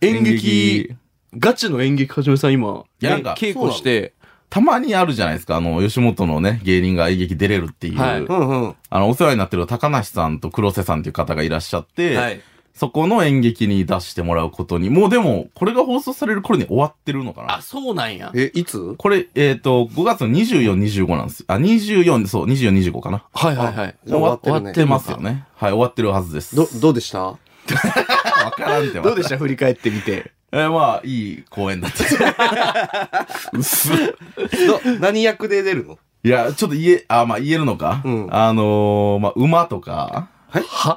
Speaker 3: 演
Speaker 2: 劇
Speaker 3: 劇、ガチの演劇はじめさん今、
Speaker 2: いやなんか
Speaker 3: ね稽古して、
Speaker 2: たまにあるじゃないですか。あの、吉本のね、芸人が演劇出れるっていう。
Speaker 3: はい
Speaker 4: うんうん。
Speaker 2: あの、お世話になってる高梨さんと黒瀬さんという方がいらっしゃって、
Speaker 3: はい
Speaker 2: そこの演劇に出してもらうことに、もうでも、これが放送される頃に終わってるのか
Speaker 3: あ、
Speaker 2: な
Speaker 3: そうなんや。
Speaker 4: え、いつ
Speaker 2: これ、えっ、と、5月の24、25なんです。あ、24、そう、24、25かな。
Speaker 3: はいはいはい。
Speaker 4: じゃあ終わってるね
Speaker 2: 終わってますよね。はい、終わってるはずです。
Speaker 4: ど、どうでした
Speaker 2: わからんって、ま
Speaker 3: どうでした振り返ってみて。
Speaker 2: えーまあ、いい公演だった。 <laughs> 薄っ
Speaker 4: ど何役で出るの
Speaker 2: いや、ちょっと言え、あ、まあ言えるのか。
Speaker 4: うん
Speaker 2: あのーまあ、馬とか、
Speaker 3: は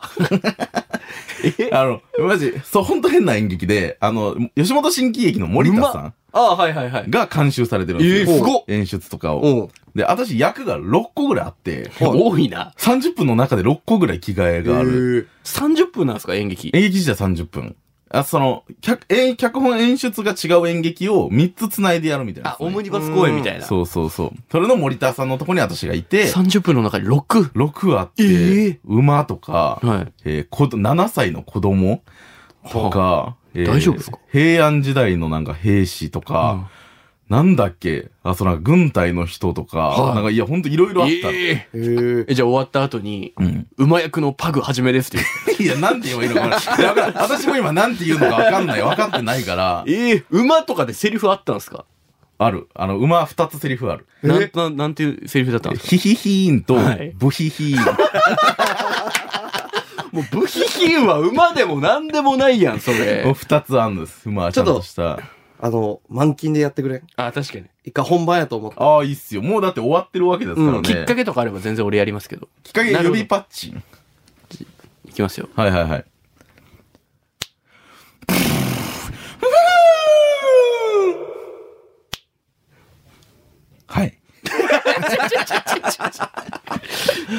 Speaker 3: え
Speaker 2: あの、マジ、そう、ほんと変な演劇で、あの、吉本新喜劇の森田さ
Speaker 3: ああ、はいはいは
Speaker 2: ん
Speaker 3: い。
Speaker 2: が監修されてるんですよ。
Speaker 3: えーすごっ
Speaker 2: 演出とかを。
Speaker 4: うん。
Speaker 2: で、私役が6個ぐらいあって、
Speaker 3: 多いな。
Speaker 2: 30分の中で6個ぐらい着替えがある。
Speaker 4: る。
Speaker 3: 30分なんですか、演劇。
Speaker 2: 演劇自体30分。あ、その、脚、えー脚本演出が違う演劇を3つ繋いでやるみたいなや
Speaker 3: あ
Speaker 2: つ、ね、
Speaker 3: オムニバス公演みたいな。
Speaker 2: そうそうそう。それの森田さんのとこに私がいて、
Speaker 3: 30分の中に6。
Speaker 2: 6あって、
Speaker 3: えー
Speaker 2: 馬とか、
Speaker 3: はい。
Speaker 2: えーこど7歳の子供とか、えー
Speaker 3: 大丈夫ですか
Speaker 2: 平安時代のなんか兵士とか、なんだっけあ、その軍隊の人とか、
Speaker 3: はい
Speaker 2: なんかいや、ほんといろいろあった。
Speaker 3: え
Speaker 4: へー
Speaker 3: え。じゃあ終わった後に、
Speaker 2: うん。
Speaker 3: 馬役のパグはじめですって
Speaker 2: いや、なんて言えばいいのか <laughs> な。いやわからん私も今なんて言うのかわかんない。わかってないから、
Speaker 3: ええ。馬とかでセリフあったんですか
Speaker 2: ある。あの、馬2つセリフある。
Speaker 3: なん、なん、なんていうセリフだったんですか
Speaker 2: ヒヒヒーンと
Speaker 3: はい、
Speaker 2: ブヒヒーン。
Speaker 3: <laughs> もうブヒヒンは馬でもなんでもないやん、そ <laughs>
Speaker 2: もう
Speaker 3: れ。
Speaker 2: 2つあるんです。まあ、ちゃんとした。
Speaker 4: あの、満勤でやってくれ。
Speaker 3: あ、確かに。
Speaker 4: 一回本番やと思って。
Speaker 2: ああ、いいっすよ。もうだって終わってるわけですからね。
Speaker 3: きっかけとかあれば全然俺やりますけど。
Speaker 2: きっかけ
Speaker 3: なるほど
Speaker 2: 指パッチン。
Speaker 3: いきますよ。
Speaker 2: はいはいはい。はい。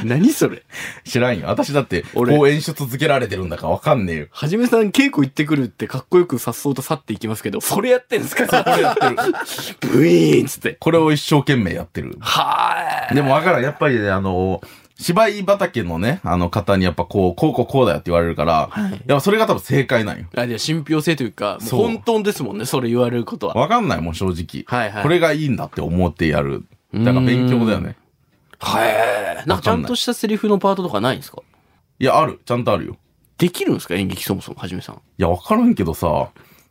Speaker 3: 何それ
Speaker 2: 知らんよ。私だって、こ
Speaker 3: 俺
Speaker 2: う演出続けられてるんだかわかんねえよ。
Speaker 3: はじめさん稽古行ってくるってかっこよくさっそうと去っていきますけど、それやってんすかそれやってる。 <laughs> ブイーンっつって。
Speaker 2: これを一生懸命やってる。
Speaker 3: はーい。
Speaker 2: でもわからん。やっぱりね、あの、芝居畑のね、あの方にやっぱこう、こうこうこうだよって言われるから、やっぱそれが多分正解なんよ。
Speaker 3: あ、じゃあ信憑性というか、もう
Speaker 2: そう
Speaker 3: 本当ですもんね、それ言われることは。
Speaker 2: <laughs> わかんないもん、正直。
Speaker 3: はいはい
Speaker 2: これがいいんだって思ってやる。だから勉強だよね。
Speaker 3: はい。なんかちゃんとしたセリフのパートとかないんですか
Speaker 2: いや、ある。ちゃんとあるよ。
Speaker 3: できるんですか演劇そもそも、はじめさん。
Speaker 2: いや、わからんけどさ、い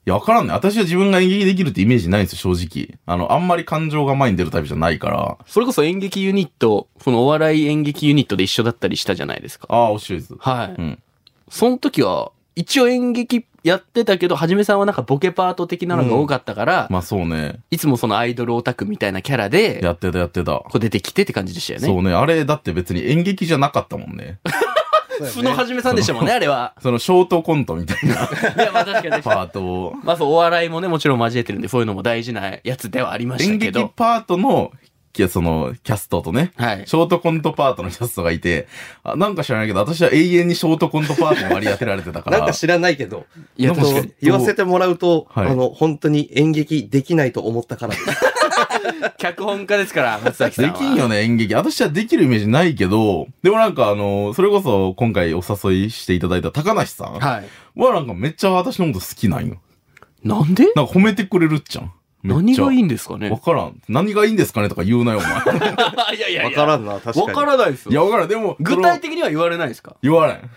Speaker 2: や、わからんね。私は自分が演劇できるってイメージないんですよ、正直。あの、あんまり感情が前に出るタイプじゃないから。
Speaker 3: それこそ演劇ユニット、そのお笑い演劇ユニットで一緒だったりしたじゃないですか。
Speaker 2: ああ、おしいです。
Speaker 3: はい。
Speaker 2: うん。
Speaker 3: その時は、一応演劇やってたけど、はじめさんはなんかボケパート的なのが多かったから、
Speaker 2: まあそうね。
Speaker 3: いつもそのアイドルオタクみたいなキャラで、
Speaker 2: やってた、やってた。
Speaker 3: こう出てきてって感じでしたよね。
Speaker 2: そうね。あれ、だって別に演劇じゃなかったもんね。
Speaker 3: 素のはじめさんでしたもんね、あれ
Speaker 2: <laughs>
Speaker 3: は。
Speaker 2: その、ショートコントみたいない
Speaker 3: や、まあ確かに。
Speaker 2: パート
Speaker 3: <laughs>
Speaker 2: を。
Speaker 3: まあそう、お笑いもね、もちろん交えてるんで、そういうのも大事なやつではありました
Speaker 2: 演
Speaker 3: け
Speaker 2: 劇
Speaker 3: ど。
Speaker 2: パートの、いやその、キャストとね。
Speaker 3: はい
Speaker 2: ショートコントパートのキャストがいて、あなんか知らないけど、私は永遠にショートコントパートに割り当てられてたか
Speaker 4: な
Speaker 3: <laughs>
Speaker 2: ら。
Speaker 4: んか知らないけど、
Speaker 3: いや、
Speaker 2: なんか
Speaker 3: 確かに。
Speaker 4: 言わせてもらうと、
Speaker 2: はい
Speaker 4: あの、本当に演劇できないと思ったからです。
Speaker 3: 脚本家ですから、松崎さん
Speaker 2: で
Speaker 3: は。
Speaker 2: きんよね、演劇。私はできるイメージないけど、でもなんかあの、それこそ今回お誘いしていただいた高梨さんは
Speaker 3: はい。
Speaker 2: なんかめっちゃ私のこと好きなんよ。
Speaker 3: なんで
Speaker 2: なんか褒めてくれるっちゃん。めっ
Speaker 3: 何
Speaker 2: ちゃ
Speaker 3: がいいんですかね
Speaker 2: わからん。何がいいんですかねとか言うなよ、お前。
Speaker 3: <laughs> いやいや
Speaker 4: わ
Speaker 3: い
Speaker 4: か
Speaker 3: や。
Speaker 4: らんな、確かに。
Speaker 3: わからないです
Speaker 2: いや、
Speaker 3: よ。
Speaker 2: わからん。でも、
Speaker 3: 具体的には言われないですか
Speaker 2: その言われん。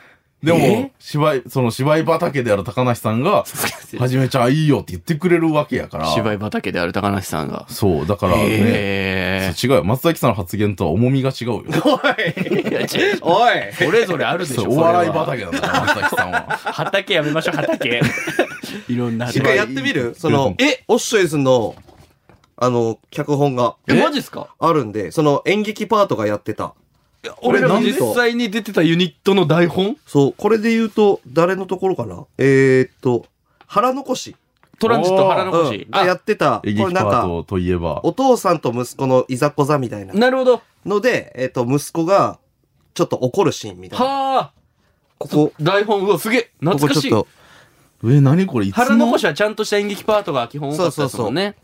Speaker 2: でも
Speaker 3: え、
Speaker 2: 芝居、その芝居畑である高梨さんが、はじめちゃんいいよって言ってくれるわけやから。
Speaker 3: 芝居畑である高梨さんが。
Speaker 2: そう、だからね。
Speaker 3: へ
Speaker 2: そう違うよ。松崎さんの発言とは重みが違うよ。
Speaker 3: ーいや違う
Speaker 4: おい
Speaker 3: それぞれあるでし
Speaker 2: そ
Speaker 3: ょ。
Speaker 2: うお笑い
Speaker 3: それは
Speaker 2: 畑なんだから、松崎さん <laughs> は。
Speaker 3: 畑やめましょう、畑。いろんな
Speaker 4: 一
Speaker 2: 芝居
Speaker 4: 回やってみるその、
Speaker 2: え
Speaker 4: オッショイズの、あの、脚本が
Speaker 3: え、マジっすか
Speaker 4: あるんで、その演劇パートがやってた。
Speaker 3: 俺ら
Speaker 4: な
Speaker 3: が
Speaker 4: んで
Speaker 3: 実際に出てたユニットの台本
Speaker 4: そう、これで言うと、誰のところかなえー、っと、腹残し。
Speaker 3: トランジット腹
Speaker 4: う
Speaker 3: 残し
Speaker 4: ん。。がやってた、こ
Speaker 2: 演劇
Speaker 4: れなん
Speaker 2: パー
Speaker 4: か、
Speaker 2: トといえば。
Speaker 4: お父さんと息子のいざこざみたいな
Speaker 3: なるほど。
Speaker 4: ので、えーっと、息子が、ちょっと怒るシーンみたいな。
Speaker 3: はあ。
Speaker 4: ここ、
Speaker 3: 台本、うわ、すげえ。
Speaker 4: ここ
Speaker 3: 懐かし
Speaker 4: ち
Speaker 3: い
Speaker 4: ょ。っ
Speaker 2: え、何これいつの
Speaker 3: 腹残しはちゃんとした演劇パートが基本多かったですもんね。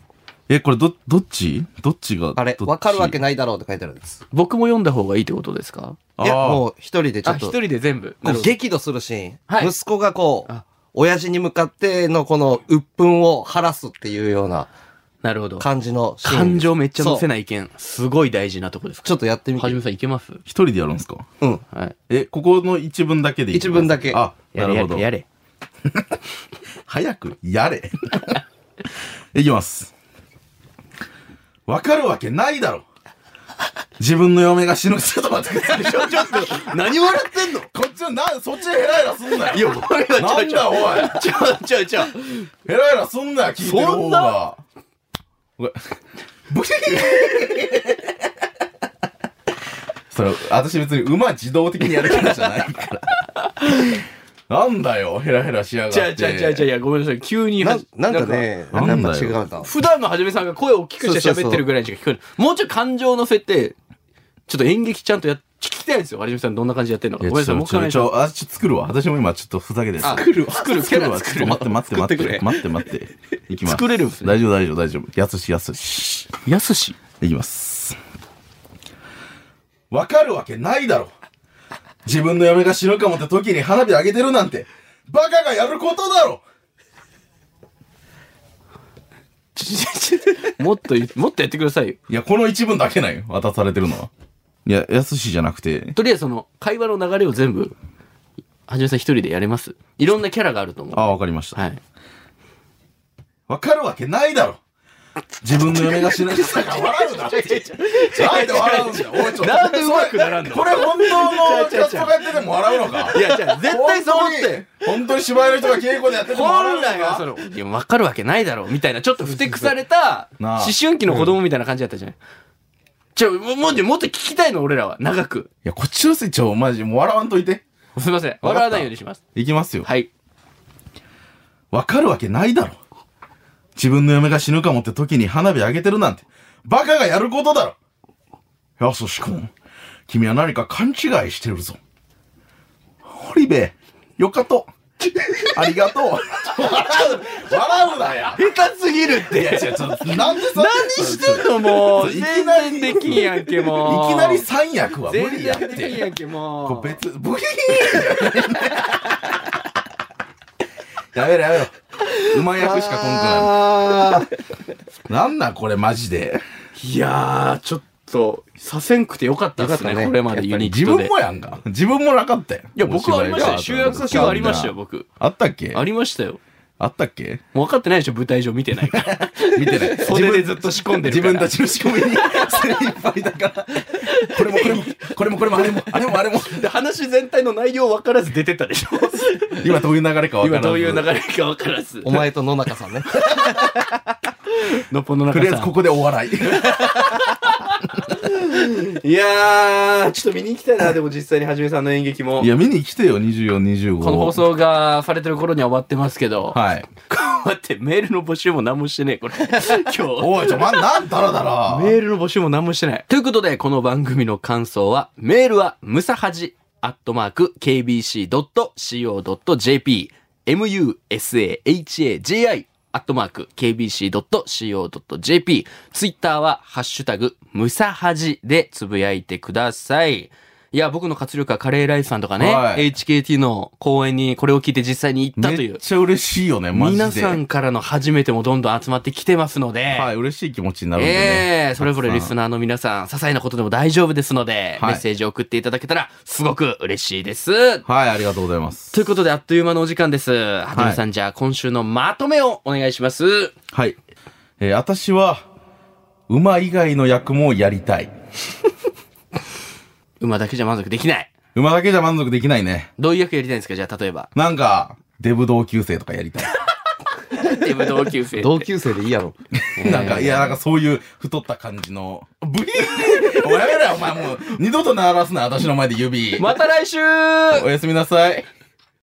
Speaker 2: え、これど、どっちどっちが
Speaker 4: と、あれ、わかるわけ
Speaker 2: ない。
Speaker 4: ないだろうって書いてあるんです。
Speaker 3: 僕も読んだ方がいいってことですか
Speaker 2: あ
Speaker 4: いや、
Speaker 2: ー
Speaker 4: もう一人でちょ
Speaker 3: あ、
Speaker 4: っ
Speaker 3: 一
Speaker 4: と、
Speaker 3: 人で全部。
Speaker 4: こ
Speaker 3: なる
Speaker 4: う
Speaker 3: ほど
Speaker 4: 激怒するシーン。
Speaker 3: はい
Speaker 4: 息子がこう
Speaker 3: あ、
Speaker 4: 親父に向かってのこの鬱憤を晴らすっていうような
Speaker 3: なるほど。
Speaker 4: 感じのシーンです。
Speaker 3: 感情めっちゃ乗せ
Speaker 4: ない。
Speaker 3: ない意見。すごい大事なとこです
Speaker 4: ちょっとやってみ
Speaker 3: はじ
Speaker 4: て。
Speaker 3: めさんいけます
Speaker 2: 一人でやるんですか
Speaker 4: うん。
Speaker 3: はい。
Speaker 2: え、ここの一文だけでいい
Speaker 4: 一文だけ
Speaker 2: あ、な
Speaker 3: やれ
Speaker 2: る
Speaker 3: や
Speaker 2: ほど
Speaker 3: れ。やれ。
Speaker 2: 早くやれ。いきます。わかるわけないだろ。自分の嫁が死ぬ。ちょっと待ってください。ちょちょっと、
Speaker 3: 何笑ってんの
Speaker 2: こっちは、な、そっちでヘラヘラすんなよ。
Speaker 3: いや、お前は
Speaker 2: なんだ、おい。
Speaker 3: ちゃうちゃうちゃう。
Speaker 2: ヘラヘラすんなよ、聞いてる方が。そんな <laughs> ブヒそれ、私別に馬自動的にやるからじゃないから。なんだよ、ヘラヘラしやがって。
Speaker 3: ちゃうちゃうちゃうちゃう。いや、ごめんなさい。急には
Speaker 4: な
Speaker 3: じ。
Speaker 4: なんかね、
Speaker 2: な
Speaker 4: なんん
Speaker 2: か
Speaker 4: かやっぱ違うな。
Speaker 3: 普段のはじめさんが声を大きくして喋ってるぐらいにしか聞こえない。もうちょい感情を乗せて、ちょっと演劇ちゃんとやっ、ちょっと聞きたいんですよ。はじめさんどんな感じでやってんのか。
Speaker 2: いや
Speaker 3: ごめんなさい、もう一
Speaker 2: ちょ
Speaker 3: 回お願い
Speaker 2: ち
Speaker 3: しま
Speaker 2: ょ、あ、ちょ、作るわ。私も今ちょっとふざけてる。
Speaker 3: す。作るわ。作る、キャラ
Speaker 2: ちょ
Speaker 3: 作
Speaker 2: っ
Speaker 3: る
Speaker 2: と
Speaker 3: わ。
Speaker 2: 待って待って
Speaker 3: 作
Speaker 2: 待
Speaker 3: って
Speaker 2: っ
Speaker 3: く
Speaker 2: て
Speaker 3: れ。
Speaker 2: 待って待って。いき
Speaker 3: <laughs>
Speaker 2: ます。
Speaker 3: 作れるんですね
Speaker 2: 大丈夫大丈夫大丈夫。やすしやすし。
Speaker 3: やすし。
Speaker 2: いきます。わかるわけないだろ。自分の嫁が死ぬかもって時に花火あげてるなんて、バカがやることだろ
Speaker 3: <laughs> もっとい、もっとやってくださいよ。
Speaker 2: いや、この一文だけなんよ。渡されてるのは。いや、やすしじゃなくて。
Speaker 3: とりあえずその、会話の流れを全部、はじめさん一人でやれます。いろんなキャラがあると思う。
Speaker 2: ああ、わかりました。
Speaker 3: はい。
Speaker 2: わかるわけないだろ自分の嫁が死ぬかも。笑うな
Speaker 3: <laughs>
Speaker 2: なんで笑うんだよ。おい、ちょっと。
Speaker 3: なんでうまくならんの
Speaker 2: これ本当のキャストがやってても笑うのか
Speaker 3: いや、じゃあ絶対そう思って。
Speaker 2: 本当に本当に芝居の人が稽古でやってても笑う
Speaker 3: 本
Speaker 2: のか
Speaker 3: 来はその、いや、わかるわけないだろ、みたいな、ちょっとふてくされた、
Speaker 2: なあ
Speaker 3: 思春期の子供みたいな感じだったじゃない。ちょ、ももっともっと聞きたいの、俺らは。長く。
Speaker 2: いや、こっちのせい、ちょ、マジ、もう笑わんといて。
Speaker 3: すいません。笑わないようにします。
Speaker 2: いきますよ。
Speaker 3: はい。
Speaker 2: わかるわけないだろ。自分の嫁が死ぬかもって時に花火あげてるなんて、バカがやることだろ。やすし君、君は何か勘違いしてるぞ。堀部、よかと。ありがとう。笑う、笑うなや。
Speaker 3: 下手すぎるって。
Speaker 2: いや、違う、ちょっと、なんでそんな
Speaker 3: 何してんの、もう。
Speaker 2: いき
Speaker 3: 全
Speaker 2: なり
Speaker 3: 然できんやんけ、もう。
Speaker 2: いきなり三役は無
Speaker 3: 全
Speaker 2: 理やっ
Speaker 3: 然できん
Speaker 2: て。
Speaker 3: やんけ、も
Speaker 2: こ
Speaker 3: う。
Speaker 2: う別、ブヒーやめろやめろ。馬役しか来んくなる。
Speaker 4: あー
Speaker 2: なんなんこれマジで。
Speaker 3: いやー、ちょっと、させんくてよかったですね、
Speaker 4: よかったね
Speaker 3: これまでユニットで。
Speaker 2: 自分もやんか。自分もなかったよ。
Speaker 3: いや、僕はありましたよ。
Speaker 2: お
Speaker 3: 修
Speaker 2: 芝居が
Speaker 3: 学今日ありましたよ、。僕。
Speaker 2: あったっけ
Speaker 3: ありましたよ。
Speaker 2: あったっけ
Speaker 3: もう分かってないでしょ、舞台上見てないから。
Speaker 2: 見てない。
Speaker 3: 袖でずっと仕込んで
Speaker 2: 自
Speaker 3: るから
Speaker 2: 分たちの仕込みに <laughs> 精一杯だから。これもこれも、これもこれも、あれも、あれもあれも。
Speaker 3: <laughs> で話全体の内容分からず出てったでしょ
Speaker 2: 今どういう流れかわか
Speaker 3: <laughs> 今
Speaker 2: らん
Speaker 3: どういう流れか分からず
Speaker 4: お前と野中さ
Speaker 3: <laughs>
Speaker 4: んね。
Speaker 3: のっぽの
Speaker 2: と
Speaker 3: 中
Speaker 2: りあえ
Speaker 3: さ
Speaker 2: ずこ
Speaker 3: ん
Speaker 2: こでお笑い。
Speaker 3: いやーちょっと見に行きたいなでも実際にはじめさんの演劇も
Speaker 2: いや、見に来てよ、24、25。
Speaker 3: この放。送がされてる頃には終わってますけど、
Speaker 2: はい。
Speaker 3: <laughs> 待ってメールの募集も何もしてねえ <laughs> これ今日
Speaker 2: おい、ちょ、ま、なんだろだろ。
Speaker 3: メールの募集も何もしてないということでこの番組の感想はメールはムサハジアットマーク KBC.CO.JP MUSAHAJI アットマーク KBC.CO.JP ツイッターはハッシュタグムサハジでつぶやいてくださいいや僕の活力はカレーライスさんとかね、
Speaker 2: はい
Speaker 3: HKT の公演にこれを聞いて実際に行ったと
Speaker 2: め
Speaker 3: い
Speaker 2: っ
Speaker 3: う
Speaker 2: ちゃ嬉しいよね、マジで。
Speaker 3: 皆さんからの初めてもどんどん集まってきてますので、
Speaker 2: はい、嬉しい気持ちになるんでね。
Speaker 3: ええそれぞれリスナーの皆さん、些細なことでも大丈夫ですので、
Speaker 2: はい
Speaker 3: メッセージを送っていただけたら、すごく嬉しいです。
Speaker 2: はい、ありがとうございます。
Speaker 3: ということで、あっという間のお時間です。はじめさん、じゃあ、今週のまとめをお願いします。
Speaker 2: はい。えー私は、馬以外の役もやりたい。
Speaker 3: 馬だけじゃ満足できない。
Speaker 2: 馬だけじゃ満足できないね。
Speaker 3: どういう役やりたいんですかじゃあ、例えば。
Speaker 2: なんか、デブ同級生とかやりた
Speaker 3: でも同級生。
Speaker 4: 同級生でいいやろ。
Speaker 2: い。なんか、いや、なんかそういう太った感じの、ブイーおいやめろよ、お前もう、二度と鳴らすな、私の前で指。
Speaker 3: また来週
Speaker 2: おやすみなさい。